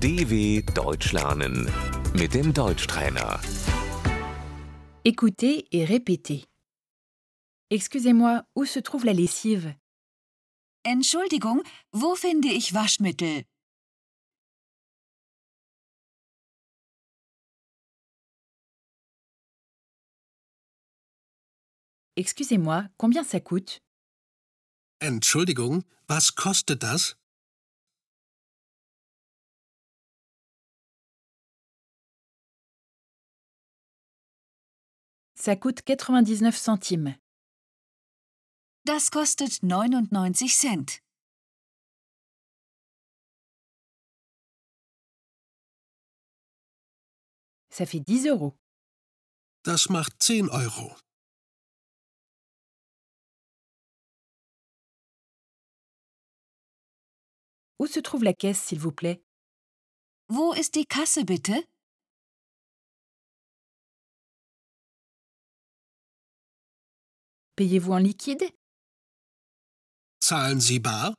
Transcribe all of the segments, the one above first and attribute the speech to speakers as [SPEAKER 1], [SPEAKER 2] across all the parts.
[SPEAKER 1] DW Deutsch lernen mit dem Deutschtrainer.
[SPEAKER 2] Écoutez et répétez. Excusez-moi, où se trouve la lessive
[SPEAKER 3] Entschuldigung, wo finde ich Waschmittel?
[SPEAKER 2] Excusez-moi, combien ça coûte
[SPEAKER 4] Entschuldigung, was kostet das?
[SPEAKER 2] Ça coûte 99 centimes.
[SPEAKER 3] Das kostet 99 Cent.
[SPEAKER 2] Ça fait 10 euros.
[SPEAKER 4] Das macht 10 Euro.
[SPEAKER 2] Où se trouve la caisse, s'il vous plaît
[SPEAKER 3] Wo ist die Kasse bitte?
[SPEAKER 2] Payez-vous en liquide
[SPEAKER 4] Zahlen Sie bar?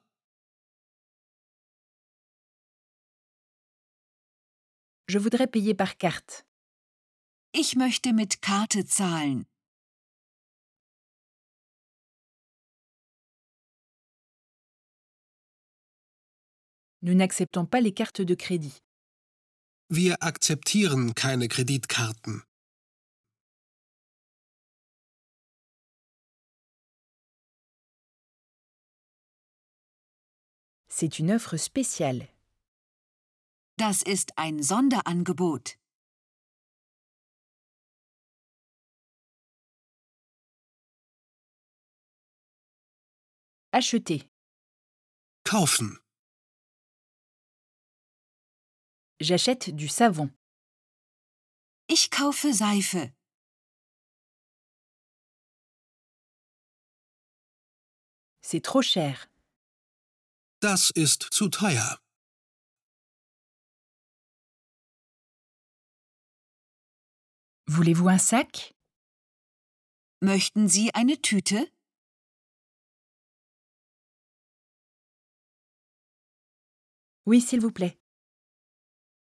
[SPEAKER 2] Je voudrais payer par carte.
[SPEAKER 3] Ich möchte mit Karte zahlen.
[SPEAKER 2] Nous n'acceptons pas les cartes de crédit.
[SPEAKER 4] Wir akzeptieren keine Kreditkarten.
[SPEAKER 2] C'est une offre spéciale.
[SPEAKER 3] Das ist ein Sonderangebot.
[SPEAKER 2] Achetez.
[SPEAKER 4] Kaufen.
[SPEAKER 2] J'achète du savon.
[SPEAKER 3] Ich kaufe Seife.
[SPEAKER 2] C'est trop cher.
[SPEAKER 4] Das ist zu teuer.
[SPEAKER 2] Voulez-vous un sac
[SPEAKER 3] Möchten Sie eine Tüte?
[SPEAKER 2] Oui, s'il vous plaît.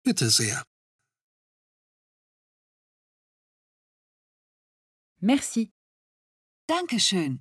[SPEAKER 4] Bitte sehr.
[SPEAKER 2] Merci.
[SPEAKER 3] Dankeschön.